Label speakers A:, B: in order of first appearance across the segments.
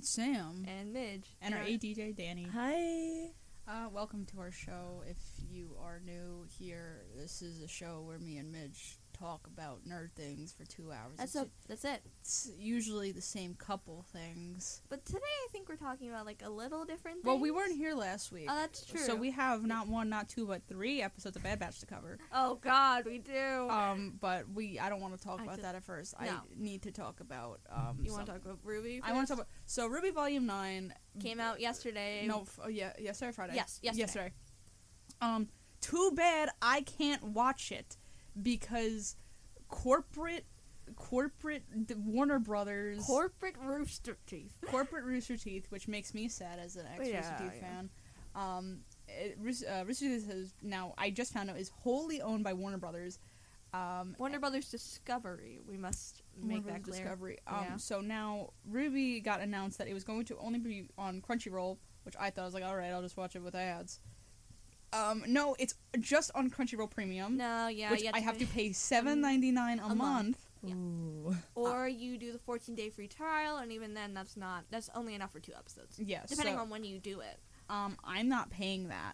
A: Sam
B: and Midge
A: Mm-hmm. and our ADJ Danny.
C: Hi.
A: Uh, welcome to our show. If you are new here, this is a show where me and Midge talk about nerd things for two hours.
B: That's
A: it's,
B: a, that's it.
A: it's usually the same couple things.
B: But today I think we're talking about like a little different. Thing.
A: Well, we weren't here last week.
B: Oh, that's true.
A: So we have not one, not two, but three episodes of Bad Batch to cover.
B: Oh God, we do.
A: Um, but we I don't want to talk
B: Oh. I
A: about
B: just-
A: that at first. I
B: No.
A: need to talk about um.
B: you want to
A: some-
B: talk about Ruby?
A: I want to
B: first?
A: talk about so Ruby Volume Nine
B: Came out yesterday.
A: No, f- oh, yeah, yesterday, or Friday.
B: Yes, yesterday.
A: yesterday. Um, too bad I can't watch it because corporate, corporate the Warner Brothers,
B: Corporate rooster teeth.
A: corporate Rooster Teeth, which makes me sad as an ex
B: Yeah,
A: Rooster Teeth
B: yeah.
A: fan. Um, it, Roos- uh, Rooster Teeth is now I just found out is wholly owned by Warner Brothers. Um,
B: Warner Brothers Discovery. We must make that
A: Warner Brothers
B: clear.
A: Discovery. Um,
B: Yeah.
A: So now Ruby got announced that it was going to only be on Crunchyroll, which I thought I was like, all right, I'll just watch it with ads. Um, no, it's just on Crunchyroll Premium,
B: No, yeah,
A: which
B: you
A: I have to uh,
B: pay-
A: pay seven ninety nine a,
B: month.
A: month.
B: Yeah.
C: Ooh.
B: Or you do the 14 day free trial, and even then, that's not. That's only enough for two episodes,
A: Yes.
B: depending
A: so,
B: on when you do it.
A: um, I'm not paying that,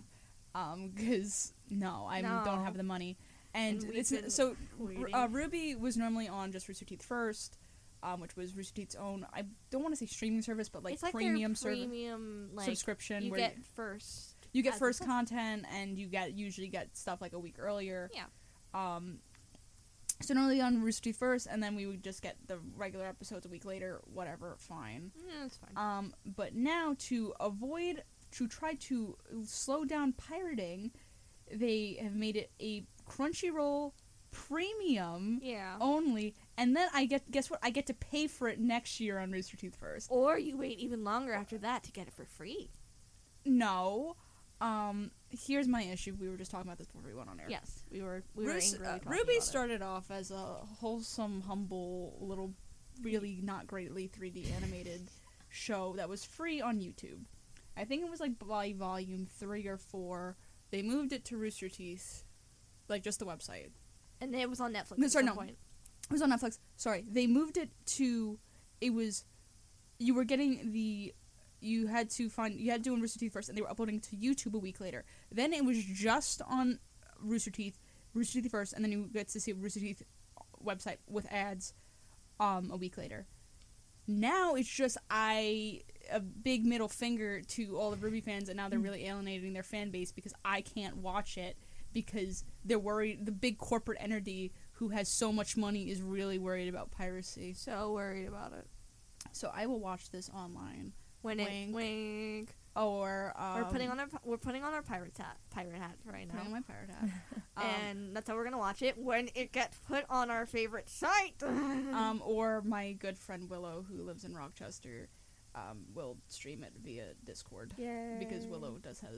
A: um, because no, I don't
B: No.
A: have the money. And,
B: And we've
A: it's
B: been
A: so
B: waiting.
A: uh, Ruby was normally on just Rooster Teeth first, um, which was Rooster Teeth's own. I don't want to say streaming service, but like
B: it's like
A: premium
B: their
A: service.
B: premium like
A: subscription
B: You
A: where
B: get
A: you-
B: first.
A: you get
B: as a
A: first
B: sub-
A: content and you get usually get stuff like a week earlier.
B: Yeah.
A: Um so normally on Rooster Teeth first and then we would just get the regular episodes a week later, whatever, fine.
B: Mm, that's fine.
A: Um but now to avoid to try to slow down pirating, they have made it a Crunchyroll premium
B: yeah.
A: only and then I get guess what? I get to pay for it next year on Rooster Teeth first.
B: Or you wait even longer after that to get it for free.
A: No. Um here's my issue. We were just talking about this before we went on air.
B: Yes, we were. We
A: Roos-
B: were
A: uh,
B: angrily talking
A: Ruby
B: about it.
A: started off as a wholesome, humble, little, really not greatly 3D animated show that was free on YouTube. I think it was like by volume three or four. They moved it to Rooster Teeth, like just the website.
B: and it was on Netflix.
A: No,
B: at
A: sorry,
B: some
A: no.
B: Point.
A: It was on Netflix. Sorry, they moved it to. It was, you were getting the, you had to find you had to do on Rooster Teeth first, and they were uploading to YouTube a week later. Then it was just on Rooster Teeth, Rooster Teeth first, and then you get to see Rooster Teeth website with ads, um, a week later. Now it's just I a big middle finger to all the Ruby fans, and now they're really alienating their fan base because I can't watch it because they're worried. The big corporate entity who has so much money is really worried about piracy.
B: So worried about it.
A: So I will watch this online
B: When it
A: Wink.
B: wink.
A: or um,
B: we're putting on our pi- we're putting on our pirate hat pirate hat right
A: putting on
B: now,
A: my pirate hat. Um,
B: and that's how we're gonna watch it when it gets put on our favorite site.
A: um, or my good friend Willow, who lives in Rochester, um, will stream it via Discord
B: yeah,
A: because Willow does have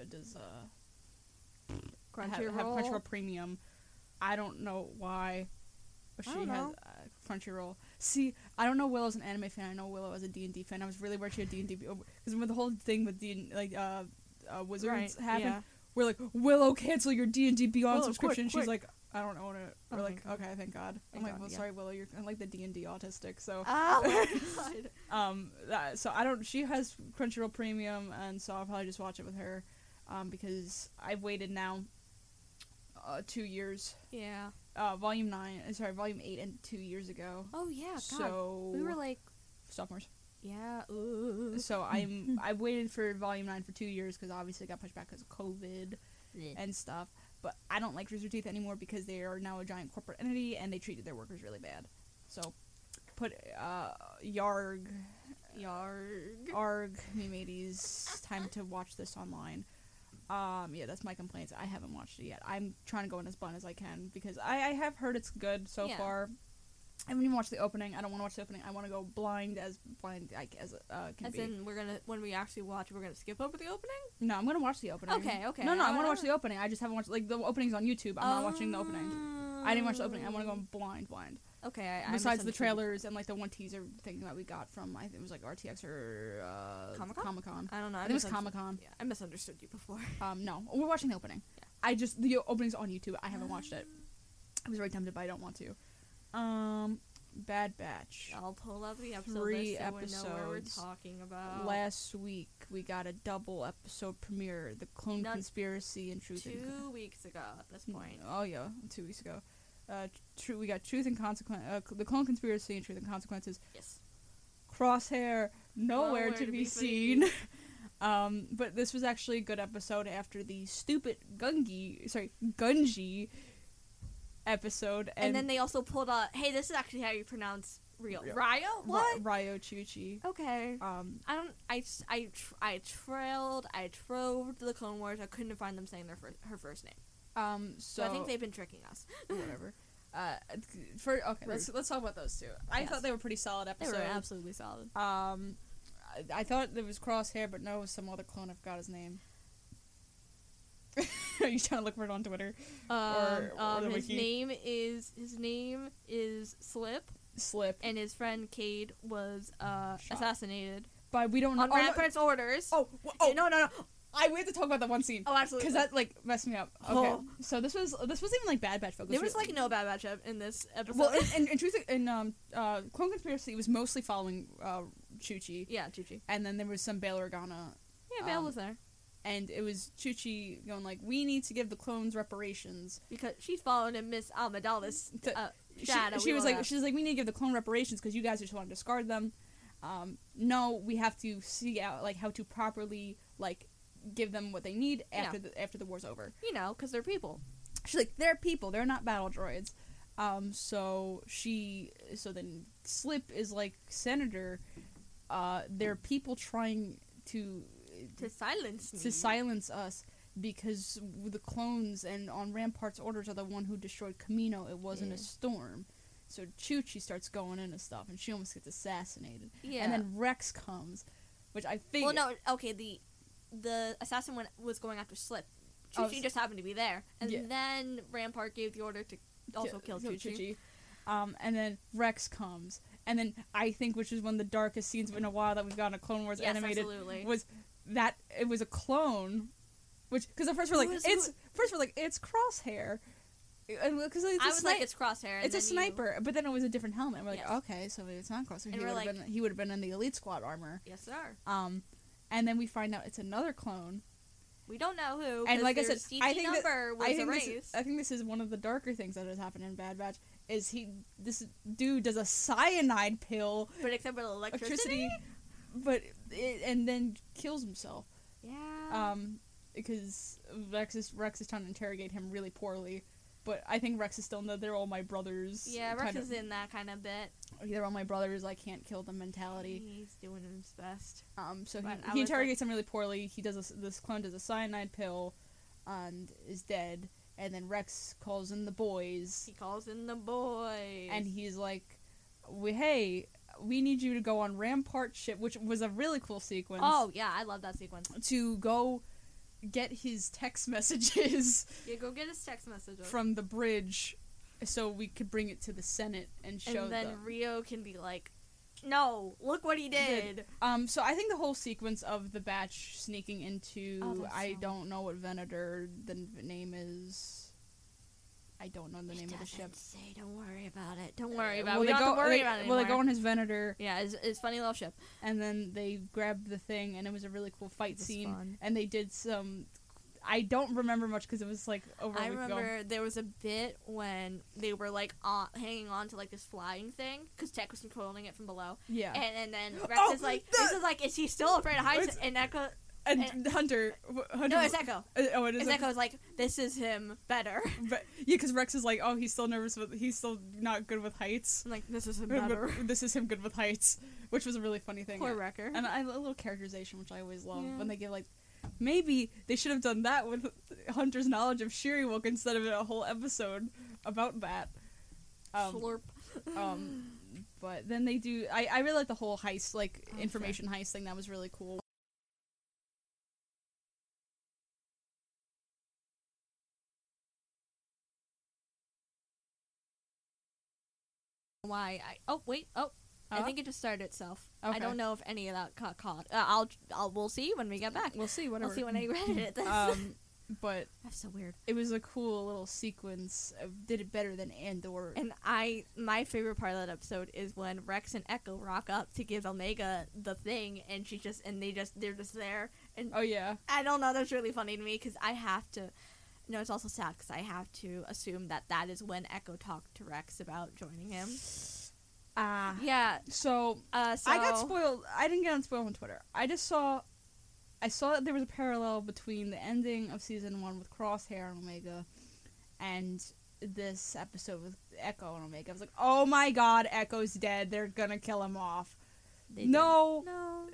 A: uh, does uh
B: Crunchyroll.
A: have, have Crunchyroll Premium. I don't know why, but
B: I
A: she
B: don't
A: has
B: know.
A: uh, Crunchyroll. See, I don't know Willow's an anime fan. I know Willow as a D and D fan. I was really worried she had D and D because when the whole thing with D like uh, uh wizards
B: Right,
A: happened,
B: yeah.
A: we're like Willow, cancel your D and D Beyond
B: Willow, quick,
A: subscription. She's
B: quick.
A: like, I don't own it. We're
B: Oh,
A: like,
B: thank
A: okay, thank God. I'm
B: Thank
A: like,
B: God,
A: well,
B: yeah.
A: sorry, Willow, you're I'm like the D and D autistic. So,
B: Oh my god.
A: um, that, so I don't. She has Crunchyroll Premium, and so I'll probably just watch it with her, um, because I've waited now, uh, two years.
B: Yeah.
A: Uh, volume nine. uh, Sorry, volume eight, and two years ago.
B: Oh yeah. God.
A: so
B: we were like,
A: sophomores.
B: yeah. Ooh.
A: So I'm I've waited for volume nine for two years because obviously it got pushed back because of COVID and stuff. But I don't like Rooster Teeth anymore because they are now a giant corporate entity and they treated their workers really bad. So put uh Yarg
B: Yarg.
A: Arg Mimades time to watch this online. Um yeah, that's my complaints. I haven't watched it yet. I'm trying to go in as blunt as I can because I, I have heard it's good so
B: Yeah.
A: far. I haven't even watched the opening. I don't want to watch the opening. I want to go blind as blind like, as uh, can
B: As
A: be.
B: in, we're gonna when we actually watch, we're gonna skip over the opening.
A: no, I'm gonna watch the opening.
B: Okay, okay.
A: No, no, I
B: Oh,
A: want to watch
B: no.
A: the opening. I just haven't watched like the opening's on YouTube. I'm not watching the opening. I didn't watch the opening. I want to go in blind, blind.
B: Um, Okay. I, I
A: Besides the
B: misunderstood.
A: trailers and like the one teaser thing that we got from I think it was like RTX or uh,
B: Comic-Con?
A: Comic Con.
B: I don't know.
A: I think it was
B: misunderstood-
A: Comic Con.
B: Yeah, I misunderstood you before.
A: Um, no, we're watching the opening.
B: Yeah. Ah.
A: I just the opening's on YouTube. I haven't watched it. I was very tempted, but I don't want to. Um, Bad Batch.
B: I'll pull up the episode
A: Three
B: list so we know where we're
A: episodes
B: talking about.
A: Last week we got a double episode premiere: the Clone
B: Not-
A: Conspiracy and Truth. and Con-
B: two weeks ago at this point.
A: Oh yeah, two weeks ago. Uh, true. We got Truth and Consequence. Uh, c- the Clone Conspiracy and Truth and Consequences.
B: Yes.
A: Crosshair, nowhere to, be, seen. um, but this was actually a good episode after the stupid Gungi, sorry, Gungi episode.
B: And,
A: And,
B: then they also pulled out. Hey, this is actually how you pronounce real.
A: Real.
B: Ryo? What?
A: Ra- Ryo Chuchi.
B: okay.
A: Um,
B: I don't. I s- I tr- I trailed. I troved the Clone Wars. I couldn't find them saying their first, her first name.
A: um,
B: So,
A: so,
B: I think they've been tricking us.
A: whatever. Uh, for okay, let's let's talk about those two. I
B: Yes.
A: thought they were pretty solid
B: They
A: episodes.
B: were absolutely solid.
A: Um, I, I thought there was Crosshair, but no, it was some other clone. I forgot his name. Are you trying to look for it on Twitter?
B: Um,
A: or
B: um,
A: the
B: his
A: wiki.
B: name is his name is Slip,
A: Slip.
B: and his friend Cade was uh,
A: Shot.
B: assassinated
A: By we don't know.
B: on
A: Oh, no-
B: Rampart's orders.
A: Oh, wh- oh no, no, no! I we have to talk about that one scene
B: Oh, absolutely.
A: because that like messed me up. Okay,
B: Oh.
A: so this was this wasn't even like Bad Batch focus.
B: there was like no bad matchup in this episode.
A: well, in, in, in truth, in um, uh, Clone Conspiracy it was mostly following uh, Chuchi,
B: yeah, Chuchi.
A: and then there was some Bail Organa,
B: Yeah, Bale
A: Um,
B: was there
A: and it was Chuchi going like, "We need to give the clones reparations."
B: because she's following in Miss Amidala's
A: To-
B: uh,
A: She,
B: shadow.
A: she was like, "She's like, we need to give the clone reparations because you guys just want to discard them." Um, no, we have to see out like how to properly like give them what they need
B: Yeah.
A: after the after the war's over.
B: you know, because they're people.
A: she's like they're people they're not battle droids um so she so then slip is like senator uh they're people trying to
B: To silence me.
A: to silence us because the clones and on rampart's orders are the one who destroyed camino it wasn't
B: Yeah.
A: a storm so Chuchi starts going into stuff, and she almost gets assassinated.
B: Yeah.
A: And then Rex comes, which I think.
B: well, no, okay. The the assassin went, was going after Slip.
A: Oh,
B: Chuchi
A: s-
B: just happened to be there, and
A: Yeah.
B: then Rampart gave the order to also kill Chuchi.
A: Um, and then Rex comes, and then I think, which is one of the darkest scenes in a while that we've gotten a Clone Wars
B: Yes,
A: animated,
B: absolutely.
A: was that it was a clone, which because at first we're like
B: Who is-
A: it's
B: who-
A: first we're like it's Crosshair, because it's,
B: I
A: a
B: was
A: sni-
B: like, it's Crosshair. and
A: it's a
B: then you-
A: sniper, but then it was a different helmet. and We're like,
B: Yes.
A: okay, so it's not Crosshair.
B: And
A: he
B: we're
A: would have
B: like-
A: been he would have been in the elite squad armor.
B: Yes, sir.
A: Um, and then we find out it's another clone.
B: We don't know who.
A: And
B: 'cause
A: like I
B: their
A: said,
B: CG
A: I think that-
B: number was
A: I think, this is,
B: erased.
A: I think this is one of the darker things that has happened in Bad Batch. Is he this dude does a cyanide pill
B: but except for the electricity.
A: electricity, but it, and then kills himself
B: Yeah.
A: um, because Rex is Rex is trying to interrogate him really poorly. But I think Rex is still in the they're all my brothers.
B: yeah, Rex
A: kind
B: is
A: of,
B: in that kind of bit.
A: They're all my brothers. I can't kill them mentality.
B: He's doing his best.
A: Um, so
B: But I
A: he,
B: was
A: he
B: like-
A: interrogates him really poorly. He does a, this clone does a cyanide pill, and is dead. And then Rex calls in the boys.
B: He calls in the boys.
A: and he's like, "We hey, we need you to go on Rampart ship, which was a really cool sequence.
B: oh yeah, I love that sequence.
A: to go get his text messages
B: Yeah, go get his text message. over.
A: from the bridge, so we could bring it to the Senate and show
B: and then
A: them."
B: Rio can be like, "No, look what he
A: Did.
B: did."
A: um, so I think the whole sequence of the batch sneaking into
B: Oh, that's
A: I
B: so-
A: don't know what Venator the n- name is. I don't know the
B: It
A: name of the ship.
B: doesn't Say, don't worry about it. Don't worry about
A: Well,
B: it. We
A: they
B: don't have
A: go-
B: to worry
A: they-
B: about it
A: Well, they
B: anymore.
A: go on his Venator,
B: yeah, it's, it's funny little ship.
A: and then they grab the thing, and it was a really cool fight
B: was
A: scene.
B: fun.
A: And they did some. I don't remember much because it was like over a
B: I
A: week ago.
B: remember there was a bit when they were like on, hanging on to like this flying thing because Tech was controlling it from below,
A: Yeah,
B: and, and then Rex
A: Oh,
B: is like,
A: the-
B: "This is like, is he still afraid of heights?"
A: It's-
B: And Echo,
A: and,
B: and-
A: Hunter, w- Hunter.
B: no, it's Echo.
A: uh, oh, it is.
B: It's Echo's like, "This is him better."
A: but- yeah, because Rex is like, oh, he's still nervous with. He's still not good with heights.
B: I'm like, "This is him
A: But-
B: better."
A: but this is him good with heights, which was a really funny thing.
B: Poor Wrecker.
A: and I a little characterization, which I always love
B: Yeah.
A: when they give like. Maybe they should have done that with Hunter's knowledge of Shiriwook instead of a whole episode about that. Um,
B: Slurp.
A: um but then they do i i really like the whole heist like
B: Okay.
A: information heist thing that was really cool
B: why I oh wait oh I
A: Uh,
B: think it just started itself. I
A: okay.
B: don't know if any of that got caught. Uh, I'll I'll we'll see when we get back.
A: we'll see whatever
B: We'll see when I edit this.
A: um but
B: That's so weird.
A: it was a cool little sequence. Of, did it better than Andor.
B: And I, my favorite part of that episode is when Rex and Echo rock up to give Omega the thing, and she just, and they just, they're just there. And
A: oh yeah,
B: I don't know, that's really funny to me because I have to. No, it's also sad because I have to assume that that is when Echo talked to Rex about joining him.
A: ah.
B: Yeah.
A: So
B: Uh, so
A: I got spoiled. I didn't get on spoiled on Twitter. I just saw, I saw that there was a parallel between the ending of season one with Crosshair and Omega, and this episode with Echo and Omega. I was like, oh my god, Echo's dead. They're gonna kill him off.
B: They
A: no,
B: did-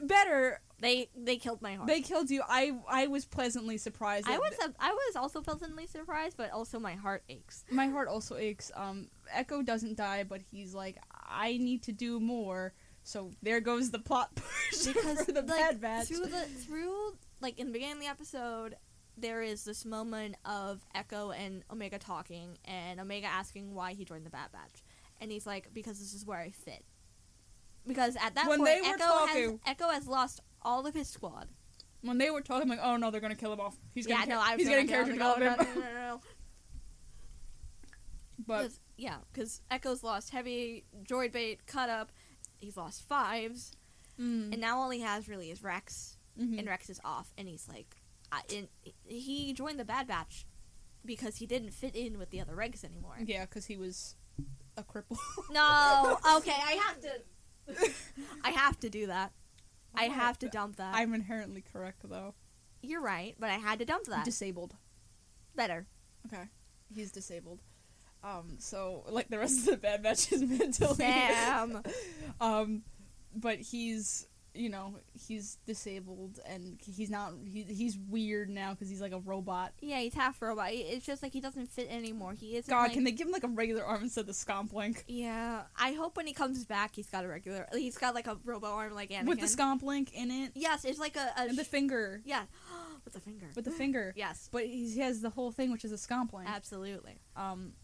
B: No.
A: better.
B: They they killed my heart.
A: They killed you. I I was pleasantly surprised.
B: I
A: that
B: was a, I was also pleasantly surprised, but also my heart aches.
A: my heart also aches. Um, Echo doesn't die, but he's like, I need to do more. So there goes the plot push
B: because
A: for the
B: like,
A: Bad Batch.
B: through the through like in the beginning of the episode there is this moment of echo and omega talking and omega asking why he joined the bad batch and he's like because this is where i fit because at that
A: When
B: point
A: they were
B: echo, has,
A: talking-
B: echo has lost all of his squad
A: when they were talking, I'm like, oh no, they're gonna kill him off. He's
B: yeah
A: gonna,
B: no i was
A: he's
B: gonna
A: getting
B: get- I was
A: character
B: like, oh,
A: development.
B: no, no, no, no, no.
A: but
B: 'Cause- yeah because echo's lost heavy droid bait cut up he's lost fives
A: mm,
B: and now all he has really is rex
A: mhm.
B: and Rex is off, and he's like, I, and he joined the Bad Batch because he didn't fit in with the other Regs anymore.
A: yeah, because he was a cripple.
B: No, okay, I have to, I have to do that. I
A: What?
B: have to dump that.
A: Oh I'm inherently correct though.
B: You're right, but I had to dump that.
A: Disabled.
B: Better.
A: Okay, he's disabled. Um, so like the rest of the bad batch is mentally.
B: Damn.
A: um, but he's you know he's disabled and he's not he, he's weird now because he's like a robot.
B: yeah, he's half robot. He- It's just like he doesn't fit anymore. He isn't.
A: God,
B: like-
A: can they give him like a regular arm instead of the scomp link?
B: Yeah, I hope when he comes back, he's got a regular. He's got like a robot arm, like Anakin.
A: With the scomp link in it
B: Yes, it's like a. a
A: and the
B: sh-
A: finger.
B: yeah, with the finger.
A: With the finger.
B: yes,
A: But he's, he has the whole thing, which is a scomp link.
B: absolutely.
A: Um,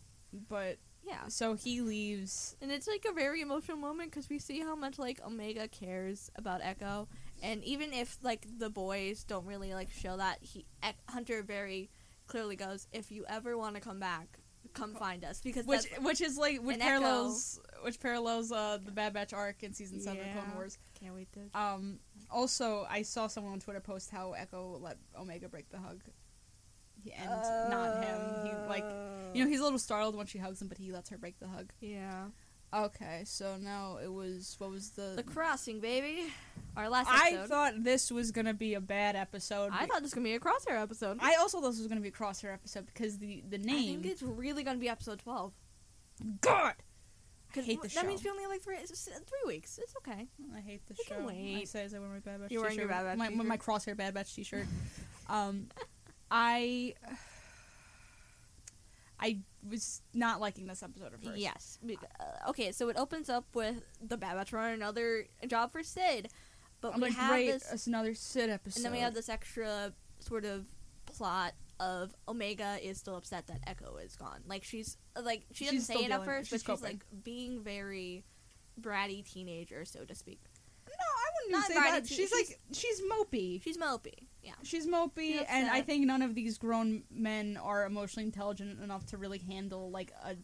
A: but
B: Yeah.
A: so he leaves.
B: And it's like a very emotional moment because we see how much like Omega cares about Echo, and even if like the boys don't really like show that, he Ec- Hunter very clearly goes, "If you ever want to come back, come find us." Because
A: Which
B: that's,
A: which is like which
B: an echo.
A: parallels which parallels uh the Bad Batch arc in season seven of Clone
B: Yeah.
A: Wars.
B: can't wait to.
A: Um, also I saw someone on Twitter post how Echo let Omega break the hug, He- and not him. He like you know he's a little startled when she hugs him, but he lets her break the hug.
B: yeah,
A: Okay, so now it was what was the.
B: the crossing, baby. Our last
A: I
B: episode. I thought,
A: thought this was gonna be a bad episode.
B: I thought this was gonna be a crosshair episode.
A: I also thought this was gonna be a crosshair episode because the the
B: I
A: name.
B: think it's really gonna be episode twelve.
A: God, I
B: 'Cause
A: hate the
B: that
A: show.
B: means we only have like three it's- three weeks. It's okay.
A: I hate the
B: We
A: show.
B: can
A: I
B: wait.
A: say as I wear my Bad Batch
B: You're wearing your
A: t-shirt.
B: Bad Batch
A: my, my- my crosshair Bad Batch t-shirt. um, I I was not liking this episode at first.
B: Yes. Be- uh, okay, so it opens up with the Bad Batch running another job for Sid, but
A: I'm
B: we
A: like,
B: have
A: great,
B: this,
A: it's another Sid episode.
B: and then we have this extra sort of plot of Omega is still upset that Echo is gone. Like she's uh, like she doesn't
A: She's
B: say it
A: still
B: at
A: dealing with it.
B: first,
A: She's
B: but she's
A: coping.
B: like being very bratty teenager, so to speak.
A: No, I
B: Not
A: wouldn't even say
B: Brady
A: that.
B: too.
A: She's like she's mopey.
B: She's mopey. Yeah.
A: She's mopey,
B: She's
A: and I
B: upset.
A: think none of these grown men are emotionally intelligent enough to really handle like a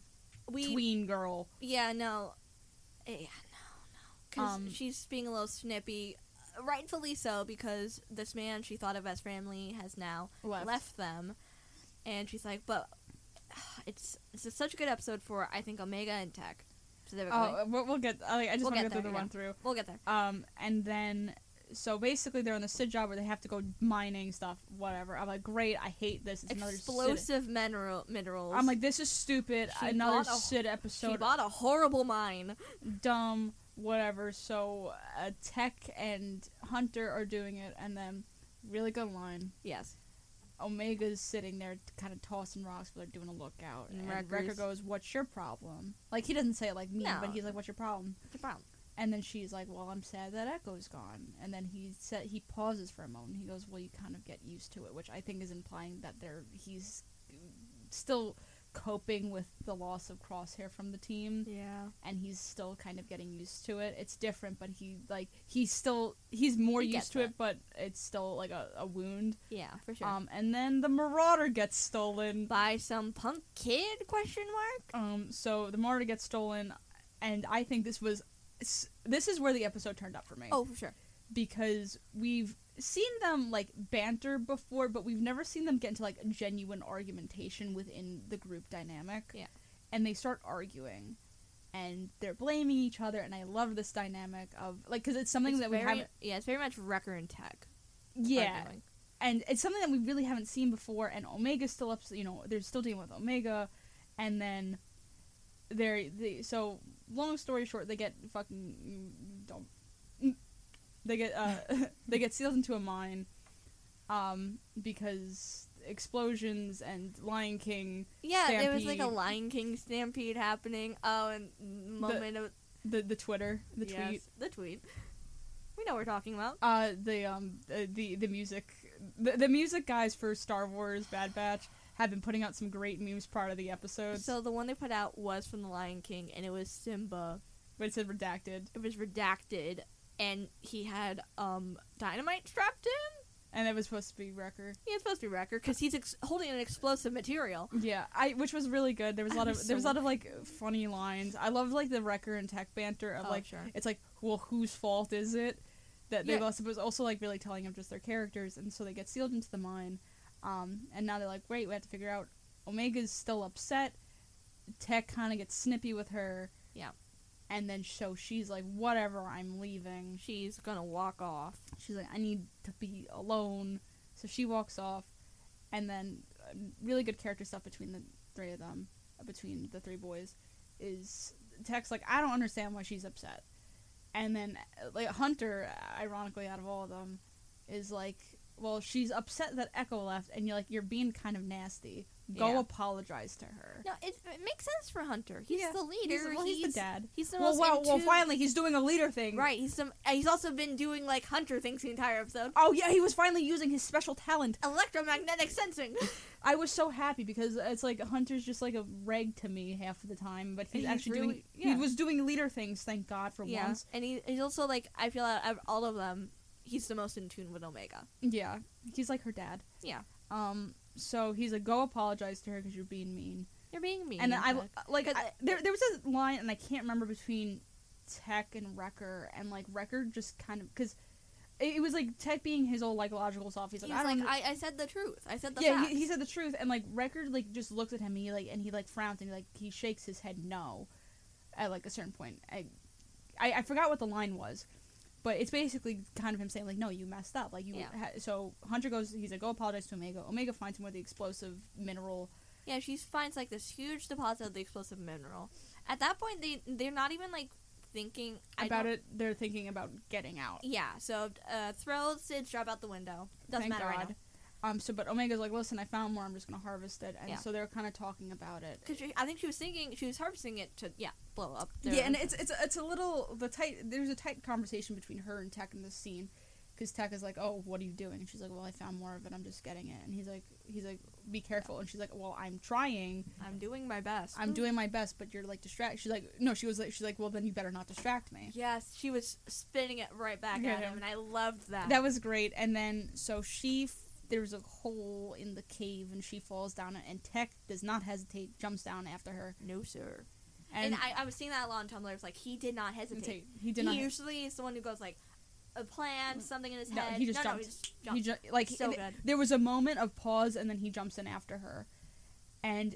B: We
A: tween girl.
B: yeah no, Eh, yeah no no because
A: Um,
B: she's being a little snippy, uh, rightfully so because this man she thought of as family has now
A: Left.
B: left, them, and she's like, "But it's this is such a good episode for I think Omega and Tech." Specifically,
A: Oh, we'll, we'll get. I, I just
B: We'll
A: want to
B: get
A: get
B: there,
A: through the
B: yeah.
A: run through.
B: we'll get there.
A: Um, and then so basically they're on the Sid job where they have to go mining stuff, whatever. I'm like, great, I hate this. It's another Sid.
B: Explosive mineral minerals.
A: I'm like, this is stupid.
B: She
A: another
B: bought a-
A: Sid
B: she
A: episode,
B: bought a horrible mine.
A: dumb, whatever. So uh, Tech and Hunter are doing it, and then really good line.
B: Yes,
A: Omega's sitting there, kind of tossing rocks, but they're doing a lookout.
B: And
A: And,
B: Wreckers-
A: Wrecker goes, "What's your problem?" Like he doesn't say it like me,
B: No.
A: but he's like, "What's your problem?"
B: it's a problem.
A: And then she's like, "Well, I'm sad that Echo's gone." And then he said he pauses for a moment. He goes, "Well, you kind of get used to it," which I think is implying that they're he's still coping with the loss of Crosshair from the team,
B: Yeah.
A: and he's still kind of getting used to it. It's different, but he like he's still he's more
B: He gets
A: used to
B: it.
A: it, but it's still like a, a wound.
B: Yeah, for sure.
A: Um, and then the Marauder gets stolen.
B: By some punk kid? Question mark.
A: Um, so the Marauder gets stolen, and I think this was s- this is where the episode turned up for me.
B: Oh, for sure.
A: because we've seen them like banter before, but we've never seen them get into like genuine argumentation within the group dynamic.
B: Yeah.
A: And they start arguing and they're blaming each other and I love this dynamic of like cuz it's something
B: It's
A: that we
B: very,
A: haven't
B: Yeah, it's very much Wrecker and Tech.
A: yeah and it's something that we really haven't seen before and omega's still up you know they're still dealing with omega and then they're they, so long story short they get fucking don't they get uh they get sealed into a mine um because explosions and lion king
B: Yeah, there was like a
A: Stampede.
B: Lion King stampede happening. Oh, and moment of
A: the the twitter the
B: yes,
A: tweet
B: the tweet. We know what we're talking about.
A: uh the um the the, the music the, the music guys for star wars bad batch have been putting out some great memes prior to the episodes
B: So the one they put out was from the Lion King, and it was Simba.
A: but it said redacted
B: It was redacted, and he had um dynamite strapped in.
A: and it was supposed to be Wrecker.
B: He's supposed to be Wrecker because he's ex- holding an explosive material.
A: Yeah, I which was really good. There was a lot
B: I'm
A: of
B: so-
A: there was a lot of like funny lines. I loved like the Wrecker and Tech banter of
B: Oh,
A: like
B: sure.
A: it's like well whose fault is it that they
B: Yeah.
A: lost? It was also like really telling of just their characters, and so they get sealed into the mine. Um, and now they're like, wait, we have to figure out. Omega's still upset. Tech kind of gets snippy with her.
B: Yeah.
A: And then so she's like, whatever, I'm leaving.
B: She's gonna walk off.
A: she's like, I need to be alone. So she walks off, and then uh, really good character stuff between the three of them, uh, between the three boys, is Tex like, I don't understand why she's upset, and then uh, like Hunter, ironically out of all of them, is like, well, she's upset that Echo left, and you're like, you're being kind of nasty. Go
B: Yeah.
A: apologize to her.
B: No, it, it makes sense for Hunter. He's
A: Yeah.
B: the leader.
A: He's, well, he's, the dad.
B: He's the
A: Well,
B: most
A: well, well,
B: into-
A: finally, he's doing a leader thing.
B: Right. He's some. uh, He's also been doing like Hunter things the entire episode.
A: Oh yeah, he was finally using his special talent.
B: Electromagnetic sensing.
A: I was so happy because it's like Hunter's just like a reg to me half of the time, but he's,
B: He's
A: actually doing
B: really- yeah.
A: he was doing leader things. Thank God for
B: yeah.
A: once.
B: And he, he's also like I feel out of all of them, he's the most in tune with Omega.
A: Yeah, he's like her dad.
B: Yeah.
A: Um. So he's like, go apologize to her because you're being mean.
B: You're being mean.
A: and I
B: Tech.
A: like
B: 'Cause
A: I,
B: I-
A: there there was a line and I can't remember between Tech and Wrecker and like Wrecker just kind of because it, it was like Tech being his old like logical self. He's
B: He's
A: like,
B: like,
A: I don't.
B: I, I said the truth. I said the
A: yeah,
B: facts.
A: he, he said the truth, and like Record like just looks at him, and he like and he like frowns and like he shakes his head no, at like a certain point. I, I, I forgot what the line was, but it's basically kind of him saying like no, you messed up. Like you.
B: Yeah.
A: Ha-. So Hunter goes. He's like go apologize to Omega. Omega finds him with the explosive mineral.
B: Yeah, she finds like this huge deposit of the explosive mineral. At that point, they they're not even like thinking I
A: About
B: don't-
A: it, they're thinking about getting out.
B: Yeah, so uh, throw Sid's job out the window. Doesn't
A: Thank
B: matter right now
A: God. Um. So, but Omega's like, listen, I found more. I'm just gonna harvest it, and
B: Yeah.
A: so they're kind of talking about it.
B: because I think she was thinking she was harvesting it to yeah blow up. their-
A: yeah, and it's it's it's a little the tight. There's a tight conversation between her and Tech in this scene, because Tech is like, "Oh, what are you doing?" And she's like, "Well, I found more of it. I'm just getting it." And he's like, "He's like, be careful." And she's like, "Well, I'm trying.
B: I'm doing my best.
A: I'm doing my best, but you're like distract." She's like, "No." She was like, "She's like, well, then you better not distract me."
B: Yes, she was spinning it right back
A: Yeah,
B: at
A: yeah.
B: him, and I loved that.
A: That was great. And then so she f- there's a hole in the cave, and she falls down, and Tech does not hesitate, jumps down after her,
B: no sir. And,
A: and,
B: I, I was seeing that a lot on Tumblr. It's like he did not hesitate.
A: he did not.
B: He usually is the one who goes like a plan, something in his
A: No,
B: head.
A: he just
B: no,
A: jumped.
B: No, he just
A: he
B: jumped.
A: ju- like
B: So
A: and
B: good.
A: there was a moment of pause and then he jumps in after her and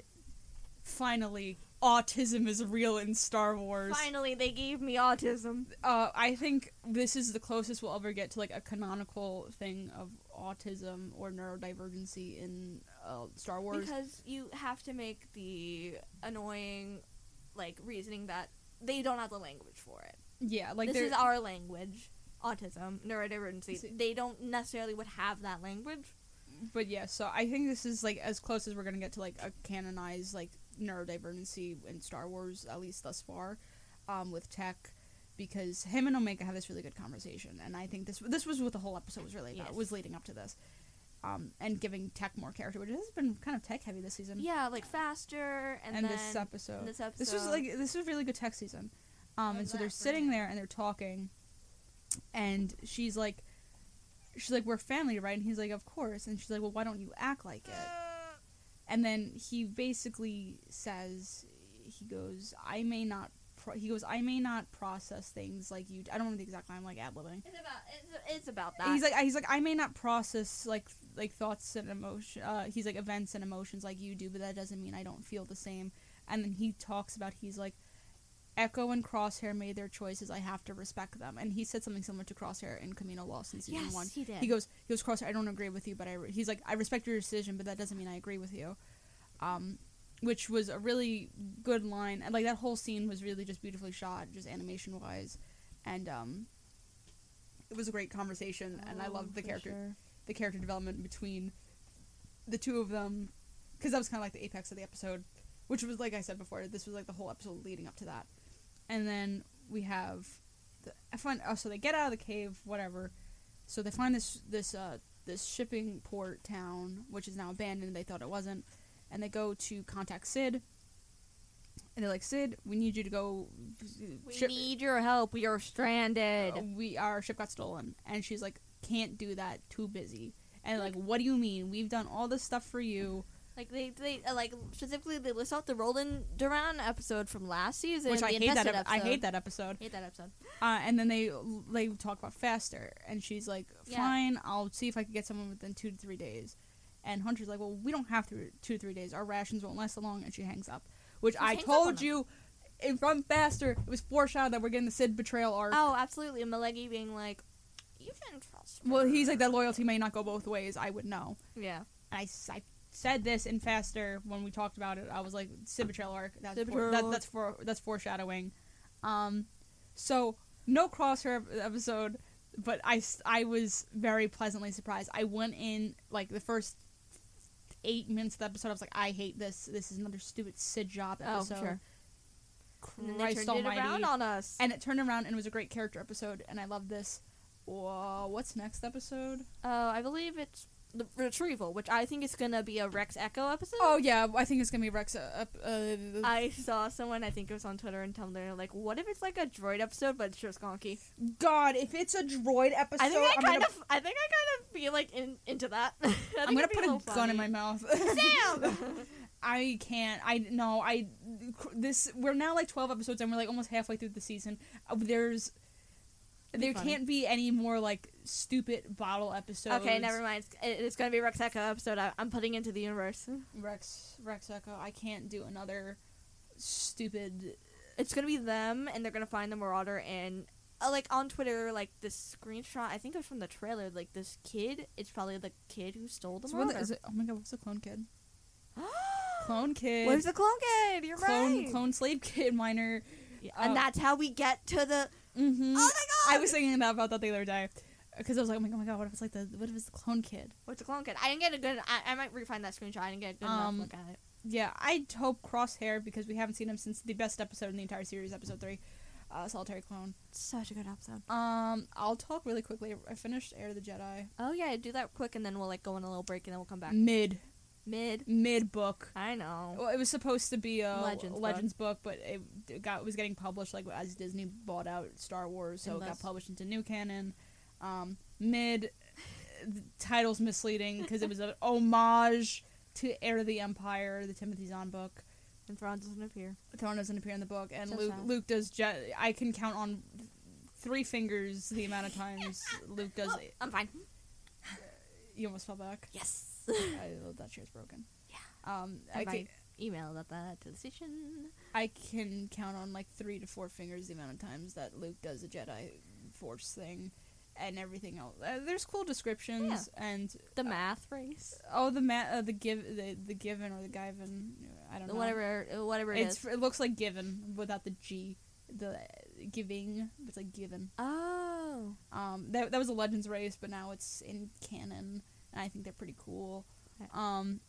A: finally autism is real in star wars
B: Finally, they gave me autism.
A: uh, i think this is the closest we'll ever get to like a canonical thing of autism or neurodivergency in uh, star wars
B: Because you have to make the annoying, like, reasoning that they don't have the language for it.
A: yeah like
B: this
A: there-
B: is our language. Autism, neurodivergency.
A: See-
B: They don't necessarily would have that language.
A: but yeah so i think this is like as close as we're gonna get to like a canonized like neurodivergency in star wars at least thus far um, with tech because him and omega have this really good conversation and i think this this was what the whole episode was really about
B: Yes.
A: was leading up to this um, and giving tech more character, which has been kind of tech heavy this season.
B: Yeah, like faster and,
A: and
B: then
A: this episode.
B: this episode.
A: This was like this was really good tech season, um, and
B: How's
A: so they're
B: that for
A: sitting
B: you?
A: there and they're talking, and she's like, she's like, "We're family, right?" And he's like, "Of course." And she's like, "Well, why don't you act like it?" And then he basically says, he goes, "I may not." Pro-, he goes, "I may not process things like you." d-" I don't remember the exact line. I'm like ad libbing.
B: It's about it's, it's about that.
A: He's like, he's like, I may not process like like thoughts and emotion. Uh, he's like events and emotions like you do, but that doesn't mean I don't feel the same. And then he talks about he's like, Echo and Crosshair made their choices. I have to respect them. And he said something similar to Crosshair in Camino Lost in season
B: yes,
A: one.
B: he did.
A: He goes, he goes, Crosshair. I don't agree with you, but I. Re-. He's like, I respect your decision, but that doesn't mean I agree with you. Um, which was a really good line, and like that whole scene was really just beautifully shot, just animation wise, and um, it was a great conversation, and I
B: Oh,
A: loved the
B: for
A: character,
B: sure.
A: the character development between the two of them, because that was kind of like the apex of the episode, which was like I said before, this was like the whole episode leading up to that, and then we have the I find oh so they get out of the cave whatever, so they find this this uh this shipping port town which is now abandoned they thought it wasn't, and they go to contact Sid, and they're like Sid we need you to go
B: We
A: ship-
B: need your help. We are stranded.
A: uh, we our ship got stolen and she's like can't do that too busy and like what do you mean we've done all this stuff for you
B: Like they, they uh, like specifically they list out the Roland Duran episode from last season.
A: which
B: the
A: I hate that
B: infested
A: ep- I
B: episode.
A: hate that episode
B: Hate that episode.
A: uh, and then they they talk about faster and she's like
B: Yeah.
A: fine I'll see if I can get someone within two to three days and Hunter's like well we don't have to two to three days our rations won't last so long and she hangs up which I
B: hangs up on
A: told
B: them.
A: you in from faster it was foreshadowed that we're getting the Sid betrayal arc
B: Oh, absolutely. And Malegi being like, "You didn't trust."
A: well
B: her."
A: he's like that loyalty may not go both ways I would know
B: Yeah.
A: and I, s- I said this in faster when we talked about it. I was like, Sid betrayal arc. That's
B: Sid
A: for, that,
B: betrayal.
A: that's for that's foreshadowing. Um, so no crosshair ep- episode, but I s- I was very pleasantly surprised. I went in like the first eight minutes of the episode. I was like, I hate this. This is another stupid Sid job
B: Oh, for
A: episode.
B: sure. And then they
A: Christ
B: turned
A: Almighty!
B: it around on us.
A: and it turned around and was a great character episode, and I love this. Whoa, what's next episode?
B: Oh, I believe it's the retrieval, which I think is gonna be a Rex Echo episode.
A: Oh yeah, I think it's gonna be Rex. Uh, ep- uh,
B: I saw someone, I think it was on Twitter and Tumblr, like, what if it's like a droid episode, but it's just Gonky?
A: God, if it's a droid episode,
B: I think I
A: am
B: kind
A: gonna,
B: of, I think I kind of be like in, into that. I think
A: I'm gonna
B: it'd be
A: put a gun
B: little
A: in my
B: funny.
A: mouth.
B: Damn.
A: I can't. I no. I this. We're now like 12 episodes, and we're like almost halfway through the season. Uh, There's
B: It'd be
A: there
B: funny.
A: can't be any more like stupid bottle episodes.
B: okay, never mind. It's- it- It's gonna be Rex Echo episode. I, I'm putting into the universe.
A: Rex Rex Echo. I can't do another stupid.
B: It's gonna be them, and they're gonna find the Marauder and. Uh, like on Twitter, like this screenshot, I think it was from the trailer. Like this kid, it's probably the kid who stole the
A: So what the-
B: Marauder.
A: is it, oh my god, what's the clone kid? Clone kid.
B: Where's the clone kid? You're
A: clone
B: right.
A: clone slave kid minor?
B: Yeah, and
A: Oh.
B: that's how we get to the. Oh my
A: Mm-hmm.
B: god!
A: I was thinking that about that the other day because I was like, oh my god, oh my god, what if it's like the what if it's the clone kid?
B: What's the clone kid? I didn't get a good. I, I might refine that screenshot. I didn't get a good
A: Um,
B: enough look at it.
A: Yeah, I would hope Crosshair because we haven't seen him since the best episode in the entire series, episode three, uh, Solitary Clone.
B: Such a good episode.
A: Um, I'll talk really quickly. I finished Air of the Jedi
B: Oh yeah, do that quick, and then we'll like go on a little break, and then we'll come back.
A: mid
B: Mid.
A: mid book.
B: I know.
A: Well, it was supposed to be a
B: Legends
A: Legends,
B: book.
A: book. but it, it got it was getting published like as Disney bought out Star Wars, so it
B: Unless-
A: got published into new canon. Um, mid the title's misleading because it was an homage to Heir of the Empire, the Timothy Zahn book.
B: And Thrawn doesn't appear.
A: Thrawn doesn't appear in the book, and
B: So
A: Luke
B: sad.
A: Luke does. Je- I can count on three fingers the amount of times Luke does.
B: Oh, I'm fine.
A: You almost fell back.
B: Yes.
A: I love that chair's broken. Yeah. Um, I
B: I
A: can,
B: email about that to the station.
A: I can count on like three to four fingers the amount of times that Luke does a Jedi Force thing, and everything else. Uh, there's cool descriptions and
B: The math race.
A: oh the ma- uh, the give the, the given or the given I don't know
B: Whatever. Whatever it is.
A: It's it looks like given without the G the giving it's like given.
B: Oh.
A: Um, that, that was a Legends race, but now it's in canon, and I think they're pretty cool.
B: Okay.
A: Um,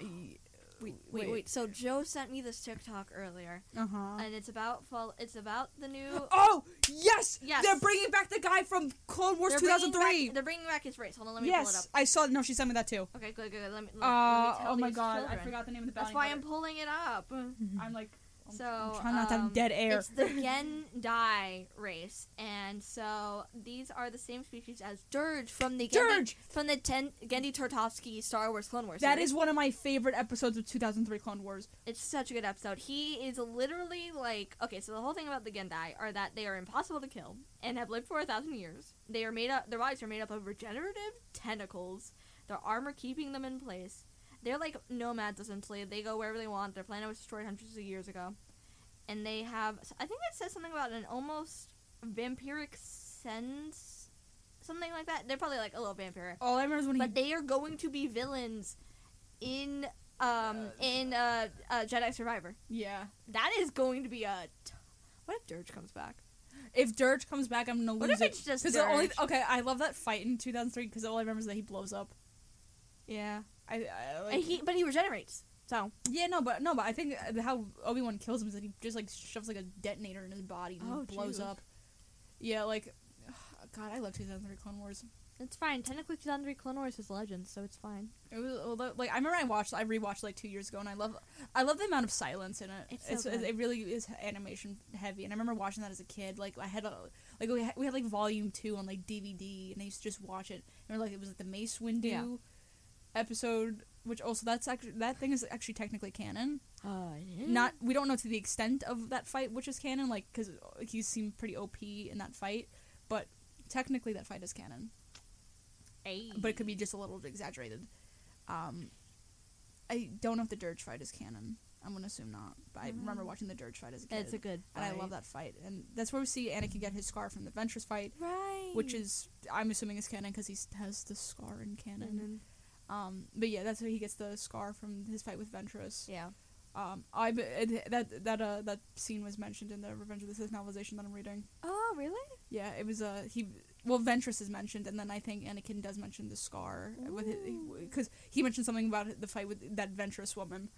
A: y- Um, Wait,
B: Wait, wait. So Joe sent me this TikTok earlier,
A: Uh huh.
B: and it's about fall. It's about the new.
A: Oh yes!
B: Yes.
A: They're bringing back the guy from Clone Wars
B: they're
A: two
B: bringing
A: thousand three.
B: back- They're bringing back his race. Hold on, let me pull it
A: Yes,
B: up.
A: I saw. it. No, she sent me that too.
B: Okay, good, good, good. Let me. Let, let
A: Uh,
B: me tell
A: oh my
B: these
A: god, I
B: children.
A: forgot the name of the bounty.
B: That's why I'm
A: hunter.
B: pulling it up.
A: I'm like. I'm-
B: So
A: I'm trying not to
B: um,
A: have dead air.
B: It's the Gendai race, and so these are the same species as Dirge from the Gendi,
A: Dirge!
B: from the ten, Gendy Tartovsky Star Wars Clone Wars.
A: That
B: series.
A: is one of my favorite episodes of 2003 Clone Wars.
B: It's such a good episode. He is literally like okay. So the whole thing about the Gendai are that they are impossible to kill and have lived for a thousand years. They are made up. Their bodies are made up of regenerative tentacles. Their armor keeping them in place. They're like nomads essentially. They go wherever they want. Their planet was destroyed hundreds of years ago, and they have. I think it says something about an almost vampiric sense, something like that. They're probably like a little vampiric,
A: All I remember is when
B: but
A: he.
B: they are going to be villains in um in uh, uh Jedi Survivor.
A: Yeah.
B: That is going to be a. T- what if Dirge comes back?
A: If Dirge comes back, I'm gonna
B: What
A: lose
B: if
A: it.
B: it's just
A: 'Cause the only
B: Dirge?
A: okay, I love that fight in 2003 because all I remember is that he blows up.
B: Yeah,
A: I, I like,
B: and he but he regenerates. So
A: yeah no but no but I think uh, how Obi Wan kills him is that he just like shoves like a detonator in his body and
B: Oh,
A: he blows
B: jeez.
A: up. Yeah, like God, I love 2003 Clone Wars.
B: it's fine. Technically, 2003 Clone Wars is Legends, so it's fine.
A: It was although, like I remember I watched I rewatched like two years ago and I love I love the amount of silence in it.
B: It's so
A: It's,
B: good.
A: it really is animation heavy and I remember watching that as a kid. Like I had a like we had, we had like volume two on like DVD and I used to just watch it. And like it was like the Mace Windu
B: Yeah.
A: episode, which also that's actually that thing is actually technically canon.
B: Uh,
A: Not we don't know to the extent of that fight which is canon, like because he seemed pretty OP in that fight, but technically that fight is canon but it could be just a little exaggerated. Um, I don't know if the dirge fight is canon. I'm gonna assume not, but I
B: Mm.
A: remember watching the dirge fight as a kid,
B: It's a good.
A: and I love
B: fight.
A: that fight, and that's where we see Anakin get his scar from the Ventress fight,
B: Right.
A: which is I'm assuming is canon because he has the scar in canon.
B: Mm-hmm.
A: Um, but yeah, that's where he gets the scar from his fight with Ventress.
B: yeah.
A: Um, I it, that that uh that scene was mentioned in the Revenge of the Sith novelization that I'm reading.
B: Oh really?
A: Yeah, it was uh, he. Well, Ventress is mentioned, and then I think Anakin does mention the scar with
B: Ooh.
A: because he mentioned something about the fight with that Ventress woman.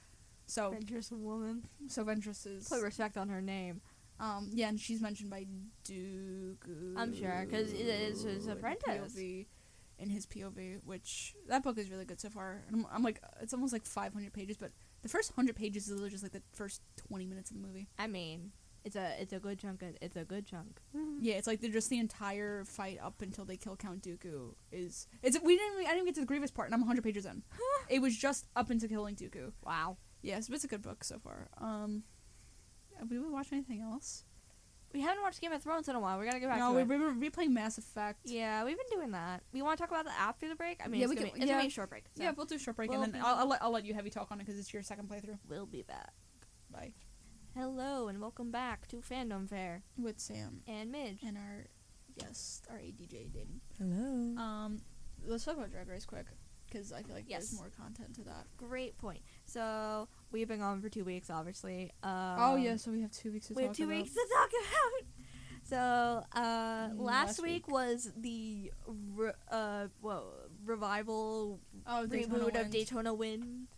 A: So
B: Adventurous woman.
A: so Ventress is
B: Put respect on her name.
A: um yeah, and she's mentioned by Dooku.
B: I'm sure, 'cause it is his
A: in
B: apprentice.
A: POV, in his POV, which that book is really good so far. And I'm, I'm like, it's almost like 500 pages, but the first hundred pages is literally just like the first 20 minutes of the movie.
B: I mean, it's a it's a good chunk. Of, it's a good chunk.
A: Yeah, it's like they're just the entire fight up until they kill Count Dooku is it's we didn't I didn't get to the grievous part and I'm 100 pages in. It was just up until killing Dooku.
B: Wow.
A: Yes, but it's a good book so far. Um, have we watched anything else?
B: We haven't watched Game of Thrones in a while. We gotta go back.
A: no,
B: to
A: we
B: it.
A: were replaying Mass Effect.
B: Yeah, we've been doing that. We want to talk about that after the break. I mean,
A: Yeah,
B: it's,
A: we
B: gonna
A: can-
B: be, it's gonna
A: yeah.
B: be a short break. So.
A: Yeah, we'll do a short break
B: We'll
A: and
B: be-
A: then I'll, I'll, let, I'll let you heavy talk on it because it's your second playthrough.
B: we'll be back.
A: Bye.
B: Hello and welcome back to Fandom Fair
A: With Sam
B: and Midge.
A: and our yes our ADJ Danny.
C: Hello.
A: Um, let's talk about Drag Race quick because I feel like
B: Yes.
A: there's more content to that.
B: Great point. So we've been gone for two weeks, obviously. Um,
A: oh yeah, so we have two weeks to
B: we
A: talk
B: have two
A: about.
B: weeks to talk about. So uh,
A: Mm,
B: last
A: last
B: week,
A: week.
B: was the re- uh, whoa, revival
A: Oh, Daytona
B: reboot of
A: Wind.
B: Daytona Wind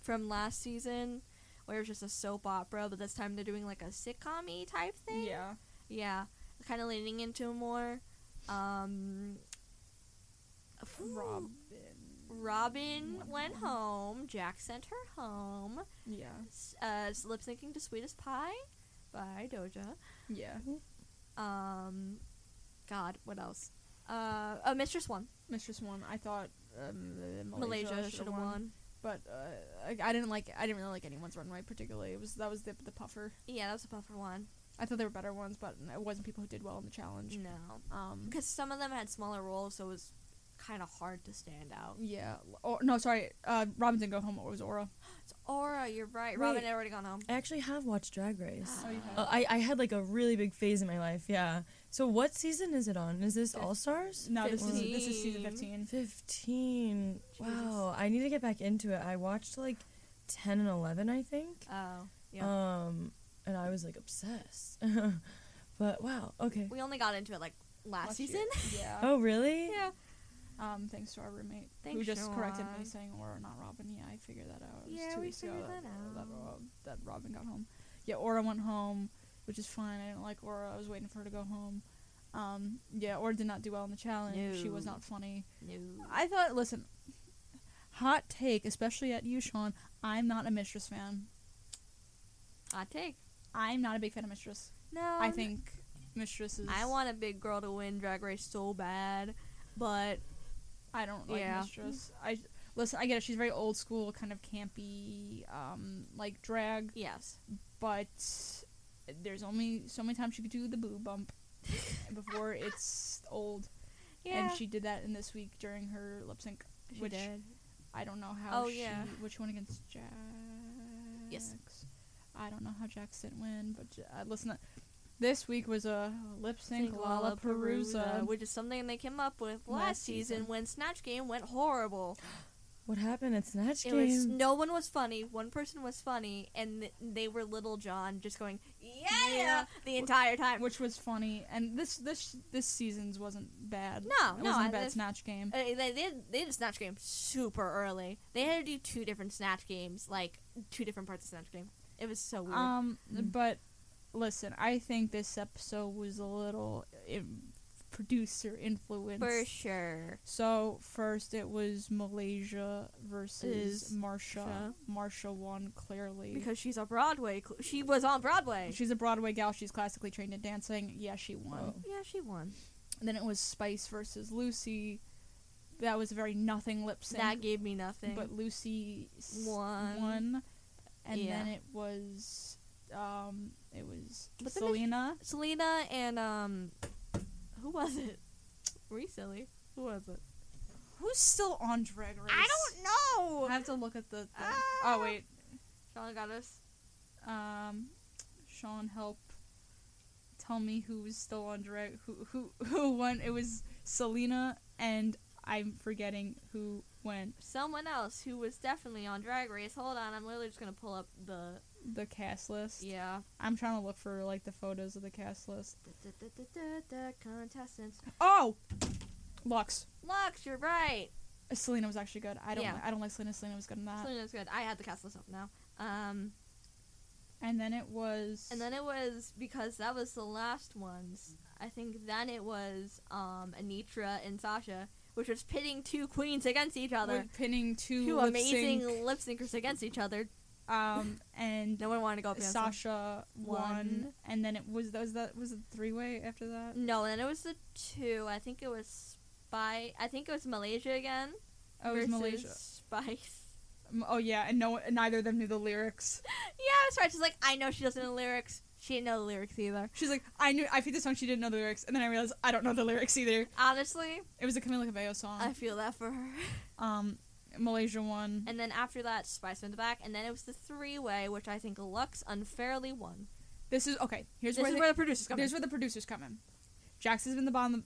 B: from last season, where it was just a soap opera, but this time they're doing like a sitcom type thing.
A: Yeah.
B: Yeah, kind of leaning into more. Um, ooh,
A: Robin.
B: Robin went home. Jack sent her home.
A: Yeah.
B: S- Uh, lip syncing to "Sweetest Pie" by Doja.
A: Yeah.
B: Um, God, what else? Uh, oh, Mistress won.
A: Mistress won. I thought um, uh, Malaysia,
B: Malaysia,
A: should have
B: won.
A: won. but uh, I, I didn't like. I didn't really like anyone's runway particularly. It was that was the the puffer.
B: Yeah, that was a buffer one.
A: I thought there were better ones, but it wasn't people who did well in the challenge.
B: No,
A: Um.
B: because some of them had smaller roles, so it was kind of hard to stand out.
A: Yeah. Or no, sorry. Uh, Robin didn't go home. It was Aura.
B: It's Aura, you're right. Robin
C: Wait.
B: had already gone home.
C: I actually have watched Drag Race.
A: Oh, you have.
C: Uh, I, I had like a really big phase in my life, yeah. So what season is it on? Is this All Stars?
A: No, this is this is season
B: 15.
A: fifteen.
C: 15. Wow,
B: Jesus.
C: I need to get back into it. I watched like 10 and 11, I think.
B: Oh, yeah.
C: Um and I was like obsessed. but wow, okay.
B: we only got into it like last,
A: Last year.
B: season.
A: Yeah.
C: Oh, really?
B: yeah.
A: Um, thanks to our roommate who
B: Thanks,
A: just corrected me
B: Siobhan.
A: saying Aura, not Robin. Yeah, I figured that out. It was
B: Yeah,
A: two
B: we
A: weeks ago
B: figured that
A: That,
B: out.
A: Ro- that Robin got home. Yeah, Aura went home, which is fine. I didn't like Aura. I was waiting for her to go home. Um, yeah, Aura did not do well in the challenge. She was
B: No.
A: not funny.
B: No.
A: I thought, listen, hot take, especially at you, Sean. I'm not a Mistress fan.
B: Hot take.
A: I'm not a big fan of Mistress.
B: No.
A: I think Mistress is.
B: Um, I want a big girl to win Drag Race so bad, but
A: I don't like
B: Yeah.
A: Mistress. I listen. I get it. She's very old school, kind of campy, um, like drag.
B: yes.
A: But there's only so many times she could do the boo bump before it's old.
B: Yeah.
A: And she did that in this week during her lip sync.
B: She
A: which-
B: did.
A: I don't know how.
B: Oh,
A: she,
B: yeah.
A: Which one against Jax?
B: Yes.
A: I don't know how Jax didn't win, but J- uh, listen. uh, This week was a lip sync
B: Think Lollapalooza,
A: Lollapalooza.
B: which is something they came up with last,
A: Last
B: season,
A: season.
B: when Snatch Game went horrible.
C: What happened at Snatch
B: It was
C: Game?
B: no one was funny. One person was funny, and th- they were Little John just going yeah,
A: Yeah.
B: the entire time.
A: which was funny, and this this this season's wasn't bad.
B: No,
A: it
B: no,
A: wasn't
B: I-
A: a bad
B: that's-
A: snatch game.
B: Uh, they, they, they did Snatch Game super early. They had to do two different Snatch Games, like two different parts of Snatch Game. It was so weird. Mm-hmm.
A: Um,
C: Mm.
A: but listen, I think this episode was a little im- producer influenced.
B: For sure.
A: So first it was Malaysia versus
B: Is
A: Marsha.
B: Marsha.
A: Marsha won clearly
B: Because she's a Broadway. Cl- she was on Broadway.
A: she's a Broadway gal. She's classically trained in dancing. Yeah, she won.
C: Oh.
B: yeah, she won.
A: And then it was Spice versus Lucy. That was a very nothing lip sync.
B: That gave me nothing.
A: but Lucy s-
B: Won.
A: won. and
B: Yeah.
A: then it was um it was
B: But then they-
A: Selena.
B: Selena and, um, who was it? Were you silly? Who was it?
A: Who's still on Drag Race?
B: know!
A: I have to look at the. Thing.
B: Ah.
A: oh wait,
B: Sean got us.
A: um, Sean, help. Tell me who was still on Drag. Who who who won? It was Selena and I'm forgetting who went
B: Someone else who was definitely on Drag Race. Hold on, I'm literally just gonna pull up the.
A: the cast list.
B: Yeah.
A: I'm trying to look for like the photos of the cast list.
B: Da, da, da, da, da, contestants.
A: Oh, Lux.
B: Lux, you're right!
A: Selena was actually good. I don't.
B: Yeah.
A: I don't like Selena. Selena was good in that.
B: Selena's good. I had the cast list up now. Um,
A: And then it was.
B: And then it was because that was the last ones. I think then it was um, Anitra and Sasha, which was pitting two queens against each other.
A: We're pinning two,
B: two
A: lip
B: amazing
A: sync,
B: lip synkers against each other.
A: um and uh,
B: No one wanted to go up against them.
A: Sasha won,
B: Won.
A: and then it was that was that was it three way after that.
B: No, and then it was the two. I think it was Spy. I think it was Malaysia again.
A: Oh, it was
B: versus
A: Malaysia.
B: Spice.
A: M- Oh yeah, and no, and neither of them knew the lyrics.
B: yeah, I was right. She's like, I know she doesn't know the lyrics. She didn't know the lyrics either.
A: She's like, I knew I picked the song. She didn't know the lyrics, and then I realized I don't know the lyrics either.
B: Honestly,
A: It was a Camila Cabello song.
B: I feel that for her.
A: um, Malaysia won.
B: And then after that, Spice went back, and then it was the three way, which I think Lux unfairly won.
A: this is okay. Here's
B: This
A: where
B: is
A: the,
B: where the producers come.
A: There's where the producers come in. Jax has been the bottom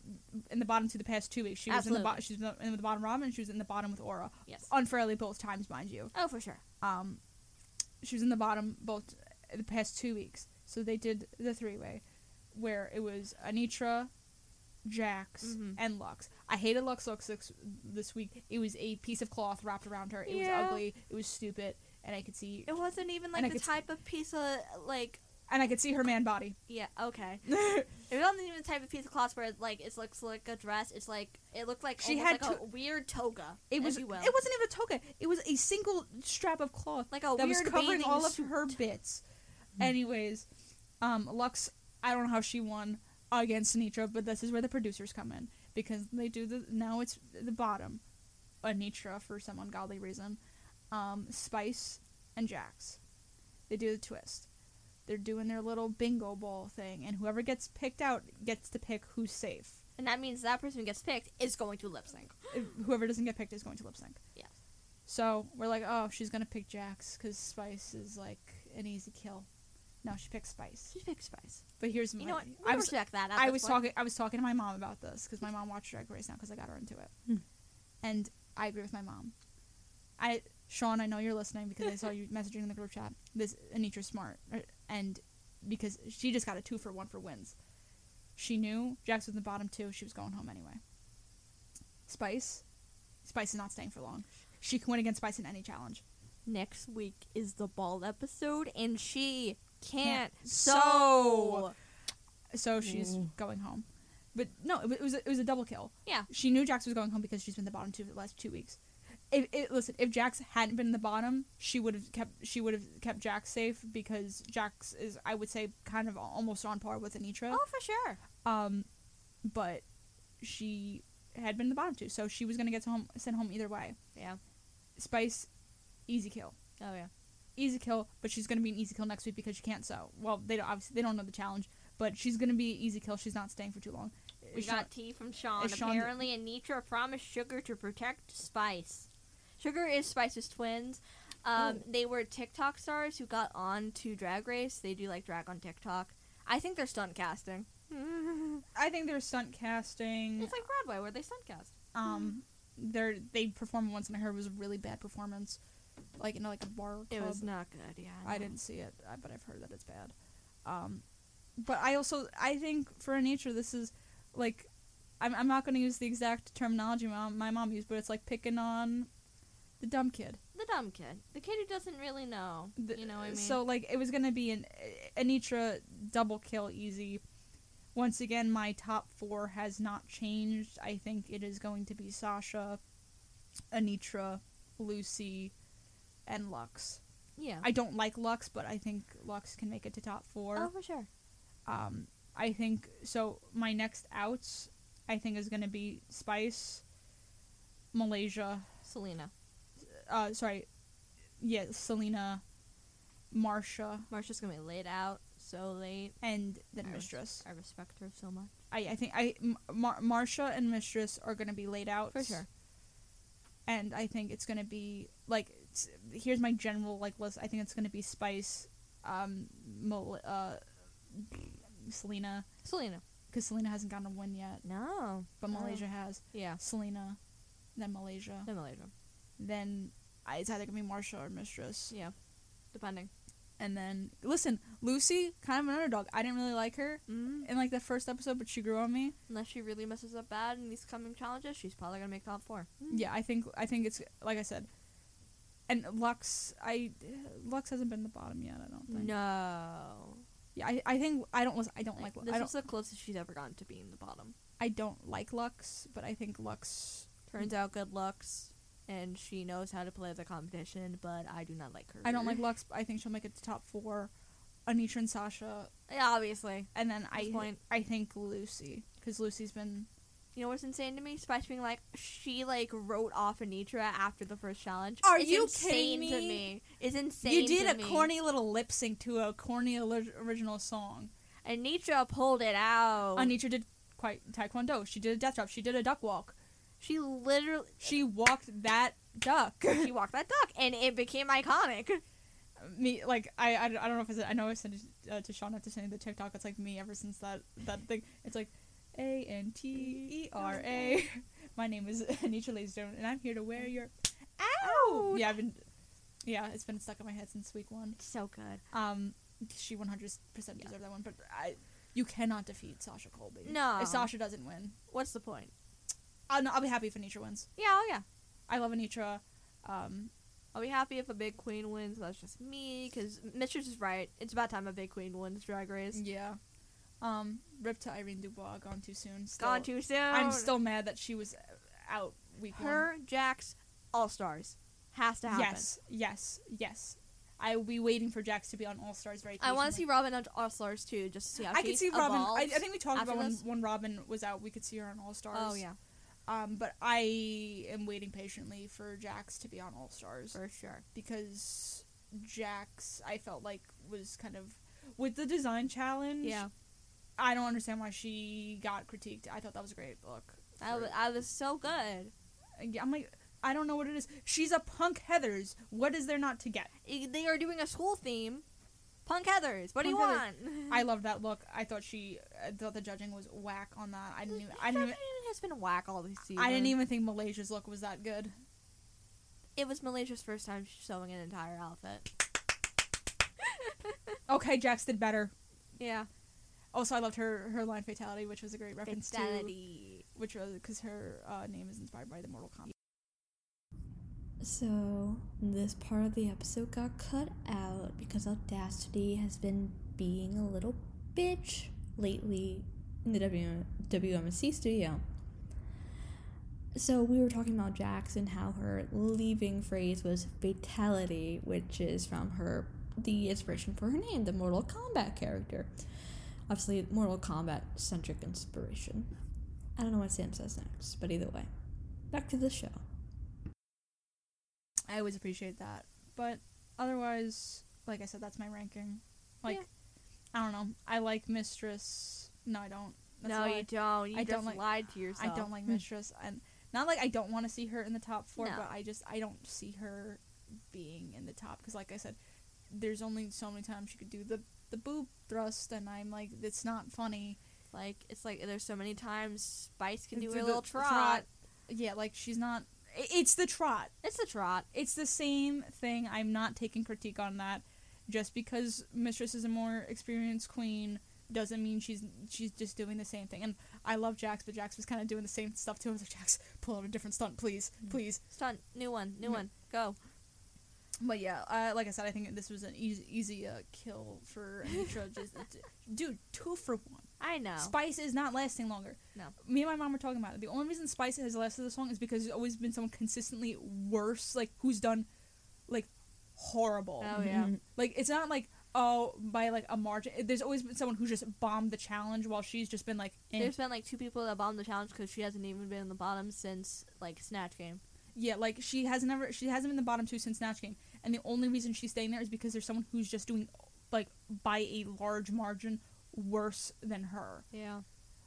A: in the bottom to the past two weeks. She was in the bo-
B: Absolutely.
A: she was in the, in the bottom Robin and she was in the bottom with Aura.
B: Yes.
A: Unfairly both times, mind you.
B: Oh, for sure.
A: Um she was in the bottom both the past two weeks. So they did the three way where it was Anitra, Jax,
B: Mhm.
A: and Lux. I hated Lux Lux this, this week. It was a piece of cloth wrapped around her. It
B: Yeah.
A: was ugly. It was stupid. And I could see
B: It wasn't even
A: And I
B: like the
A: could s-
B: type of piece of like
A: and I could see her man body.
B: yeah okay. It wasn't even the type of piece of cloth where like it looks like a dress. It's like it looked like
A: She
B: she
A: had
B: had like a weird toga.
A: It
B: if
A: was. It
B: you will.
A: wasn't even a toga. It was a single strap of cloth
B: like a
A: that was
B: weird
A: covering
B: bathing
A: all of
B: suit. Hmm.
A: her bits. Anyways, um, Lux. I don't know how she won against Anitra, but this is where the producers come in because they do the now it's the bottom, Anitra for some ungodly reason, um, Spice and Jax. They do the twist. They're doing their little bingo ball thing, and whoever gets picked out gets to pick who's safe.
B: and that means that person who gets picked is going to lip sync.
A: if- whoever doesn't get picked is going to lip sync.
B: Yes.
A: So we're like, oh, she's gonna pick Jax because Spice is like an easy kill. No, she picked Spice.
B: She picked Spice.
A: But here's my,
B: You know what?
A: I
B: I
A: was
B: respect that. At
A: I
B: this
A: was
B: point.
A: talking I was talking to my mom about this because my mom watched Drag Race now because I got her into it,
C: Hmm.
A: and I agree with my mom. I Sean, I know you're listening because I saw you messaging in the group chat. This Anitra's smart, er, and because she just got a two for one for wins. She knew Jax was in the bottom two. She was going home anyway. Spice Spice is not staying for long. She can win against Spice in any challenge.
B: Next week is the ball episode, and she can't.
A: Can't
B: So
A: So she's
C: Ooh.
A: going home. But no, it wa- it was a, it was a double kill.
B: Yeah.
A: She knew Jax was going home because she's been the bottom two for the last two weeks. If it, listen, if Jax hadn't been the bottom, she would have kept she would have kept Jax safe because Jax is I would say kind of al- almost on par with Anitra.
B: oh, for sure.
A: Um, but she had been the bottom two, so she was gonna get home sent home either way.
B: Yeah.
A: Spice, easy kill,
B: Oh yeah.
A: easy kill. But she's gonna be an easy kill next week because she can't sew. Well, they don't, obviously they don't know the challenge, but she's gonna be an easy kill. She's not staying for too long.
B: We
A: Is
B: got tea from Sean.
A: is Sean-
B: Apparently, Anitra promised Sugar to protect Spice. Sugar is Spice's twins. Um, They were TikTok stars who got on to Drag Race. They do like drag on TikTok. I think they're stunt casting. it's
A: I think there's stunt casting.
B: like Broadway where they stunt cast.
A: Um, they they performed once, and I heard it was a really bad performance, like in like a bar. Club.
B: not good. Yeah,
A: I didn't see it, I- but I've heard that it's bad. Um, but I also I think for nature this is like I'm I'm not going to use the exact terminology my mom, my mom used, but it's like picking on the dumb kid.
B: The dumb kid, the kid who doesn't really know.
A: The-
B: you know what I mean?
A: So like it was going to be an Anitra double kill easy. Once again, my top four has not changed. I think it is going to be Sasha, Anitra, Lucy, and Lux.
B: yeah.
A: I don't like Lux, but I think Lux can make it to top four.
B: oh, for sure.
A: Um, I think so. My next outs, I think, is going to be Spice, Malaysia.
B: Selena,
A: Uh, sorry, yeah, Selena, Marsha,
B: Marsha's gonna be laid out so late.
A: and then
B: Iris.
A: Mistress.
B: I respect her so much.
A: I, I think I M- Mar- Marsha and Mistress are going to be laid out
B: For sure.
A: and I think it's going to be like it's, here's my general like list. I think it's going to be Spice, um, Mal- uh, Selena
B: Selena.
A: because Selena hasn't gotten a win yet,
B: No.
A: but
B: No.
A: Malaysia has.
B: Yeah.
A: Selena, then Malaysia,
B: The Malaysia.
A: then I- it's either gonna be Marsha or Mistress,
B: Yeah. Depending.
A: and then listen, Lucy, kind of an underdog. I didn't really like her
B: Mm.
A: in like the first episode, but she grew on me.
B: Unless she really messes up bad in these coming challenges, she's probably gonna make top four.
A: Yeah, I think I think it's like I said, and Lux, I Lux hasn't been the bottom yet. I don't think.
B: No.
A: Yeah, I, I think I don't I don't like,
B: this
A: I don't
B: is the closest she's ever gotten to being the bottom.
A: I don't like Lux, but I think Lux.
B: Turns out good looks, and she knows how to play the competition, but I do not like her.
A: I don't like Lux. But I think she'll make it to top four. Anitra and Sasha,
B: Yeah, obviously.
A: and then I
B: point.
A: I think Lucy because Lucy's been
B: You know what's insane to me? Spice being like, she like wrote off Anitra after the first challenge.
A: Are
B: It's
A: you
B: insane
A: kidding
B: to
A: me?
B: me? It's insane.
A: You did
B: to
A: a
B: me.
A: corny little lip sync to a corny ori- original song.
B: Anitra pulled it out.
A: Anitra did quite taekwondo. She did a death drop. She did a duck walk.
B: she literally
A: She walked that duck.
B: she walked that duck, and it became iconic.
A: me like I, I, don't- I don't know if I said I know I sent it uh, to Sean after sending the TikTok. It's like me ever since that that thing. It's like A N T E R A. My name is Anitra Lazdone, and I'm here to wear your. Ow! Yeah, I've been. Yeah, it's been stuck in my head since week one.
B: So good.
A: Um, she one hundred percent
B: Yeah.
A: deserved that one, but I, you cannot defeat Sasha Colby.
B: No.
A: if Sasha doesn't win,
B: What's the point?
A: I'll, I'll be happy if Anitra wins.
B: Yeah, oh yeah.
A: I love Anitra. Um,
B: I'll be happy if a big queen wins. That's just me, because Mistress is right. It's about time a big queen wins Drag Race.
A: yeah. Um, rip to Irene Dubois. Gone too soon. Still,
B: Gone too soon.
A: I'm still mad that she was out week
B: Oh, her Jax All Stars has to
A: one.
B: happen.
A: Yes, yes, yes. I will be waiting for Jax to be on All Stars very.
B: I want to see
A: patiently.
B: Robin on All Stars too, just to see how
A: I
B: she
A: could see Robin. I,
B: evolves.
A: I think we talked
B: after
A: about when,
B: this.
A: when Robin was out. We could see her on All Stars.
B: Oh yeah,
A: Um, but I am waiting patiently for Jax to be on All Stars.
B: for sure.
A: because Jax, I felt like was kind of with the design challenge.
B: Yeah,
A: I don't understand why she got critiqued. I thought that was a great look.
B: I wa- I was so good.
A: I'm like, I don't know what it is. She's a punk Heather's. What is there not to get?
B: I- They are doing a school theme. Punk Heathers. What do you
A: Punk
B: want?
A: I loved that look. I thought she, I thought the judging was whack on that. I didn't, even, I didn't, even,
B: has been whack all this season.
A: I didn't even think Malaysia's look was that good.
B: It was Malaysia's first time sewing an entire outfit.
A: Okay, Jax did better.
B: Yeah.
A: Also, I loved her her line fatality, which was a great reference to,
B: Insanity.
A: which was because her uh, name is inspired by the Mortal Kombat.
D: So, this part of the episode got cut out because Audacity has been being a little bitch lately in the w- WMSC studio. So, we were talking about Jax and how her leaving phrase was fatality, which is from her the inspiration for her name, the Mortal Kombat character. Obviously, Mortal Kombat centric inspiration. I don't know what Sam says next, but either way, back to the show.
A: I always appreciate that. But otherwise, like I said, that's my ranking. Like,
B: Yeah.
A: I don't know. I like Mistress. No, I don't. That's a
B: no,
A: lie.
B: you don't. You
A: I
B: just
A: don't like-
B: lied to
A: I
B: yourself.
A: don't like
C: Hmm.
A: Mistress. And not like I don't want to see her in the top four,
B: No.
A: but I just I don't see her being in the top because, like I said, there's only so many times she could do the the boob thrust, and I'm like, it's not funny.
B: Like it's like there's so many times Spice can do
A: Do
B: her
A: the
B: little trot.
A: trot. Yeah, like she's not. i- It's the trot.
B: It's a trot.
A: It's the same thing. I'm not taking critique on that. Just because Mistress is a more experienced queen doesn't mean she's she's just doing the same thing. And I love Jax, but Jax was kind of doing the same stuff too. I was like, Jax, pull out a different stunt, please,
B: Mm.
A: please.
B: Stunt. New one. New
A: Mhm.
B: one. Go.
A: But yeah, uh, like I said, I think this was an easy, easy uh, kill for Anitra. just, dude, two for one.
B: I know.
A: Spice is not lasting longer.
B: Oh. No.
A: Me and my mom were talking about it. The only reason Spice has lasted this long is because there's always been someone consistently worse, like who's done, like, horrible. Mm-hmm.
B: oh yeah.
C: Mm-hmm.
A: Like it's not like oh by like a margin. There's always been someone who's just bombed the challenge while she's just been like eh.
B: There's been like two people that bombed the challenge because she hasn't even been in the bottom since like Snatch Game.
A: yeah like she has never she hasn't been in the bottom two since snatch game and the only reason she's staying there is because there's someone who's just doing like by a large margin worse than her.
B: Yeah.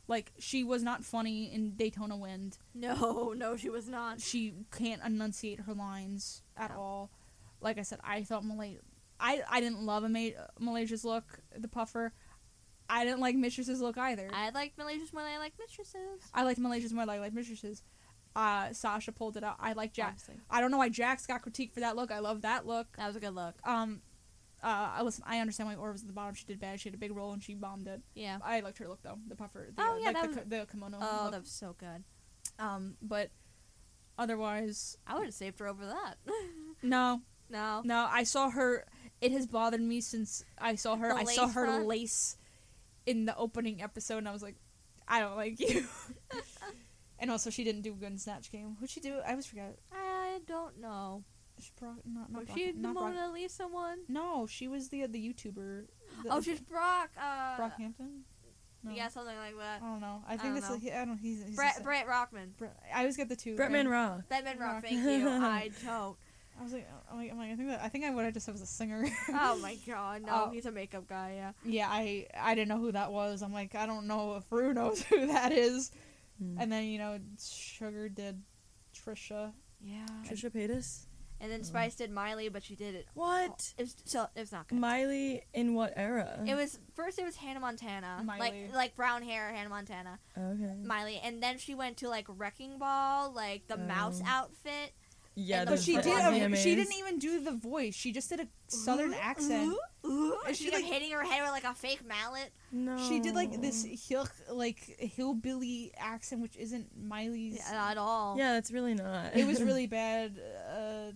A: Like she was not funny in Daytona Wind.
B: No, no, she was not.
A: She can't enunciate her lines at
B: No.
A: all. Like I said, I thought Malay. I, I didn't love Ama- Malaysia's look, the puffer. I didn't like Mistress's look either.
B: I like Malaysia's more than I like Mistresses.
A: I liked Malaysia's more than I liked Mistresses. Uh, Sasha pulled it out. I like Jack.
B: Honestly.
A: I don't know why Jax got critiqued for that look. I love that look.
B: That was a good look.
A: Um, uh, I- listen, I understand why Orr was at the bottom. She did bad. She had a big role and she bombed it.
B: Yeah.
A: I liked her look though. The puffer. The,
B: Oh,
A: uh,
B: yeah,
A: like
B: that
A: the,
B: was-
A: ki- the kimono.
B: Oh,
A: look.
B: that was so good.
A: Um, but otherwise,
B: I would have saved her over that.
A: no,
B: no.
A: no. I saw her. It has bothered me since I saw her.
B: The
A: I saw
B: lace
A: her
B: front?
A: lace in the opening episode, and I was like, I don't like you. and also, she didn't do good in Snatch Game. What'd she do? I always forget.
B: I don't know.
A: She brought not not
B: Was
A: Brock-
B: she the
A: not Brock-
B: Mona Lisa one?
A: No, she was the the YouTuber. the-
B: oh, she's Brock. Uh,
A: Brockhampton. No.
B: Yeah, something like that.
A: I don't know. I
B: I
A: think
B: don't
A: that's
B: know.
A: a, he- I don't. He's, he's
B: Brett,
A: just a-
B: Brett Rockman.
A: Brett- I always get the two.
C: Bretman
A: right?
C: Rock.
B: Batman Rock,
A: Rock.
B: thank you. I don't.
A: I was like, oh, I'm like, I think that I think I would have just said was a singer.
B: Oh my god, no,
A: Oh.
B: he's a makeup guy, yeah.
A: yeah, I I didn't know who that was. I'm like, I don't know if Rue knows who that is.
C: Mm.
A: And then you know, Sugar did Trisha.
B: Yeah.
C: Trisha Paytas.
B: And
A: Oh.
B: then Spice did Miley, but she did it.
C: What?
B: It was, so, it was not good.
C: Miley in what era?
B: It was first. It was Hannah Montana,
A: Miley.
B: like like brown hair Hannah Montana,
C: okay.
B: Miley, and then she went to like Wrecking Ball, like the mouse
C: Oh.
B: outfit.
C: Yeah,
B: and
A: But
B: the
A: she did.
B: Broadway
A: A, she didn't even do the voice. She just did a southern
B: Ooh,
A: accent.
B: Ooh, ooh,
A: And
B: and
A: she,
B: she kept
A: like-
B: hitting her head with like a fake mallet.
C: No.
A: She did like this hill like hillbilly accent, which isn't Miley's.
B: Yeah, Not at all.
C: Yeah, that's really not.
A: it was really bad. Uh,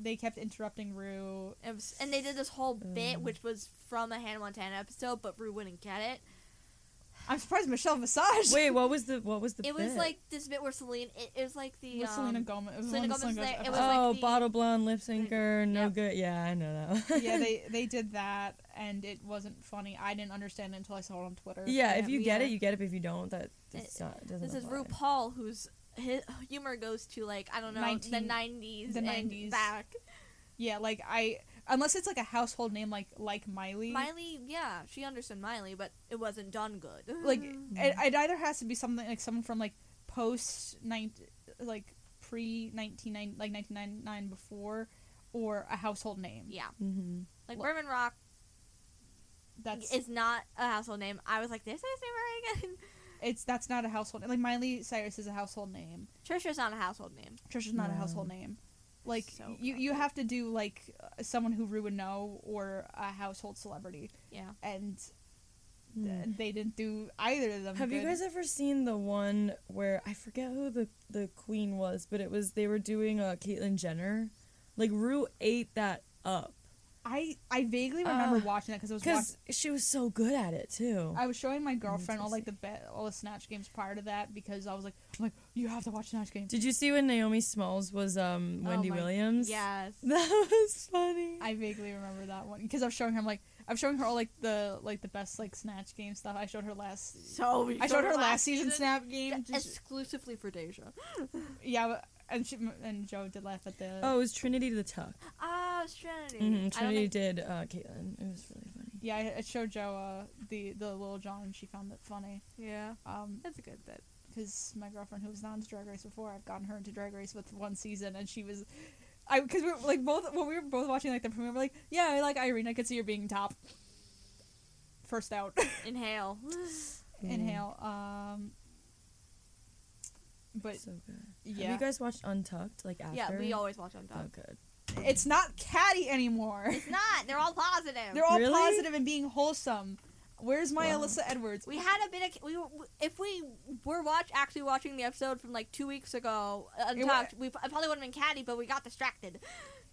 A: they kept interrupting Rue.
B: It was, and they did this whole bit,
A: Oh.
C: Um.
B: which was from a Hannah Montana episode, but Rue wouldn't get it.
A: I'm surprised Michelle Visage.
C: Wait, what was the what was the?
B: It was
C: bit?
B: like this bit where Celine. It, it was like the
A: with
B: um,
A: Selena Gomez. It was
B: Selena
A: one of
B: Gomez
A: Selena
B: there,
A: Gomez
B: it was
A: episodes.
C: oh,
B: the-
C: bottle blonde lip syncer, no
B: Yep.
C: good. Yeah, I know that. One.
A: yeah, they they did that, and it wasn't funny. I didn't understand it until I saw it on Twitter.
C: yeah,
B: Yeah,
C: if you
B: we
C: get
B: are-
C: it, you get it. But if you don't, that that's
B: It-
C: not, doesn't.
B: This is
C: apply.
B: RuPaul, who's his humor goes to like I don't know
A: 19
B: the nineties,
A: the
B: and
A: 90s.
B: back.
A: Yeah, like I unless it's like a household name like like Miley.
B: Miley, yeah, she understood Miley, but it wasn't done good.
A: Like
C: Mm-hmm.
A: it, it either has to be something like someone from like post nine like pre nineteen nine like nineteen ninety nine before, or a household name.
B: yeah,
C: Mm-hmm.
B: like
A: Well,
B: Berman Rock
A: That's
B: is not a household name. I was like, this is name again.
A: it's that's not a household like Miley Cyrus is a household name.
B: Trisha's not a household name.
A: Trisha's not a
C: No.
A: household name. Like
B: So
A: you, you
B: common.
A: have to do like uh, someone who Rue would know or a household celebrity,
B: Yeah,
A: and th- they didn't do either of them.
C: Have you
A: good.
C: guys ever seen the one where I forget who the the queen was, but it was they were doing uh Caitlyn Jenner Like Rue ate that up
A: I I vaguely remember
C: Uh,
A: watching that because I was watching.
C: because she was so good at it too.
A: I was showing my girlfriend all like the be- all the Snatch games prior to that because I was like, I'm like, you have to watch Snatch games.
C: Did you see when Naomi Smalls was um,
B: Oh
C: Wendy
B: my-
C: Williams?
B: Yes.
C: that was funny.
A: I vaguely remember that one because I was showing her. I'm like, I'm showing her all like the like the best like Snatch game stuff. I showed her last.
B: So
A: I showed her last season snap game.
B: d-
A: Just,
B: exclusively for Deja.
A: yeah, but- and she and Joe did laugh at the.
C: oh, it was Trinity the Tuck.
B: Ah, Trinity.
C: hmm
B: I don't
C: Trinity
B: think
C: did uh, Caitlin. It was really funny.
A: Yeah, I, I showed Joe uh, the the Little John and she found it funny.
B: Yeah,
A: Um,
B: that's a good bit.
A: because my girlfriend who was not into Drag Race before, I've gotten her into Drag Race with one season, and she was, I because we were like both when we were both watching like the premiere, we we're like, yeah, I like Irene. I could see her being top. First out,
B: Inhale.
C: Mm.
A: inhale. Um, but
C: so good. Have
A: yeah,
C: you guys watched Untucked like after?
B: yeah, we always watch on
C: Oh,
B: top.
C: good.
A: it's not catty anymore.
B: It's not. They're all positive.
A: They're all
C: Really?
A: positive and being wholesome. Where's my
C: Wow.
A: Alyssa Edwards?
B: we had a bit of we were- if we were watch actually watching the episode from like two weeks ago, uh,
A: wa-
B: untucked. We I probably would have been catty, but we got distracted.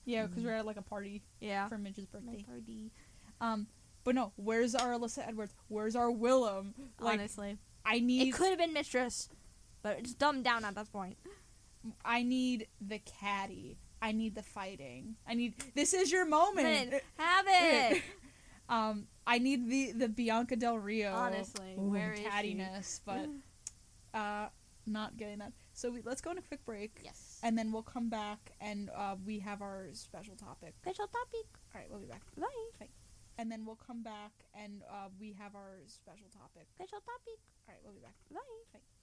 A: Yeah, because we
C: Mm.
A: were at like a party
B: Yeah.
A: for Midge's birthday.
B: party.
A: Um, but no, where's our Alyssa Edwards? Where's our Willem? Like,
B: Honestly,
A: I
B: it
A: need
B: could have been Mistress, but it's dumbed down at that point.
A: I need the caddy. I need the fighting. I need this is your moment.
B: Women, have it.
A: Um, I need the the Bianca Del Rio
B: Honestly,
C: Ooh.
B: where is she?
A: cattiness, but uh, not getting that. So we, let's go on a quick break,
B: Yes.
A: and then we'll come back and uh, we have our special topic.
B: Special topic.
A: All right, we'll be back,
B: Bye.
A: and then we'll come back and uh, we have our special topic.
B: Special topic.
A: All right, we'll be back.
B: Bye.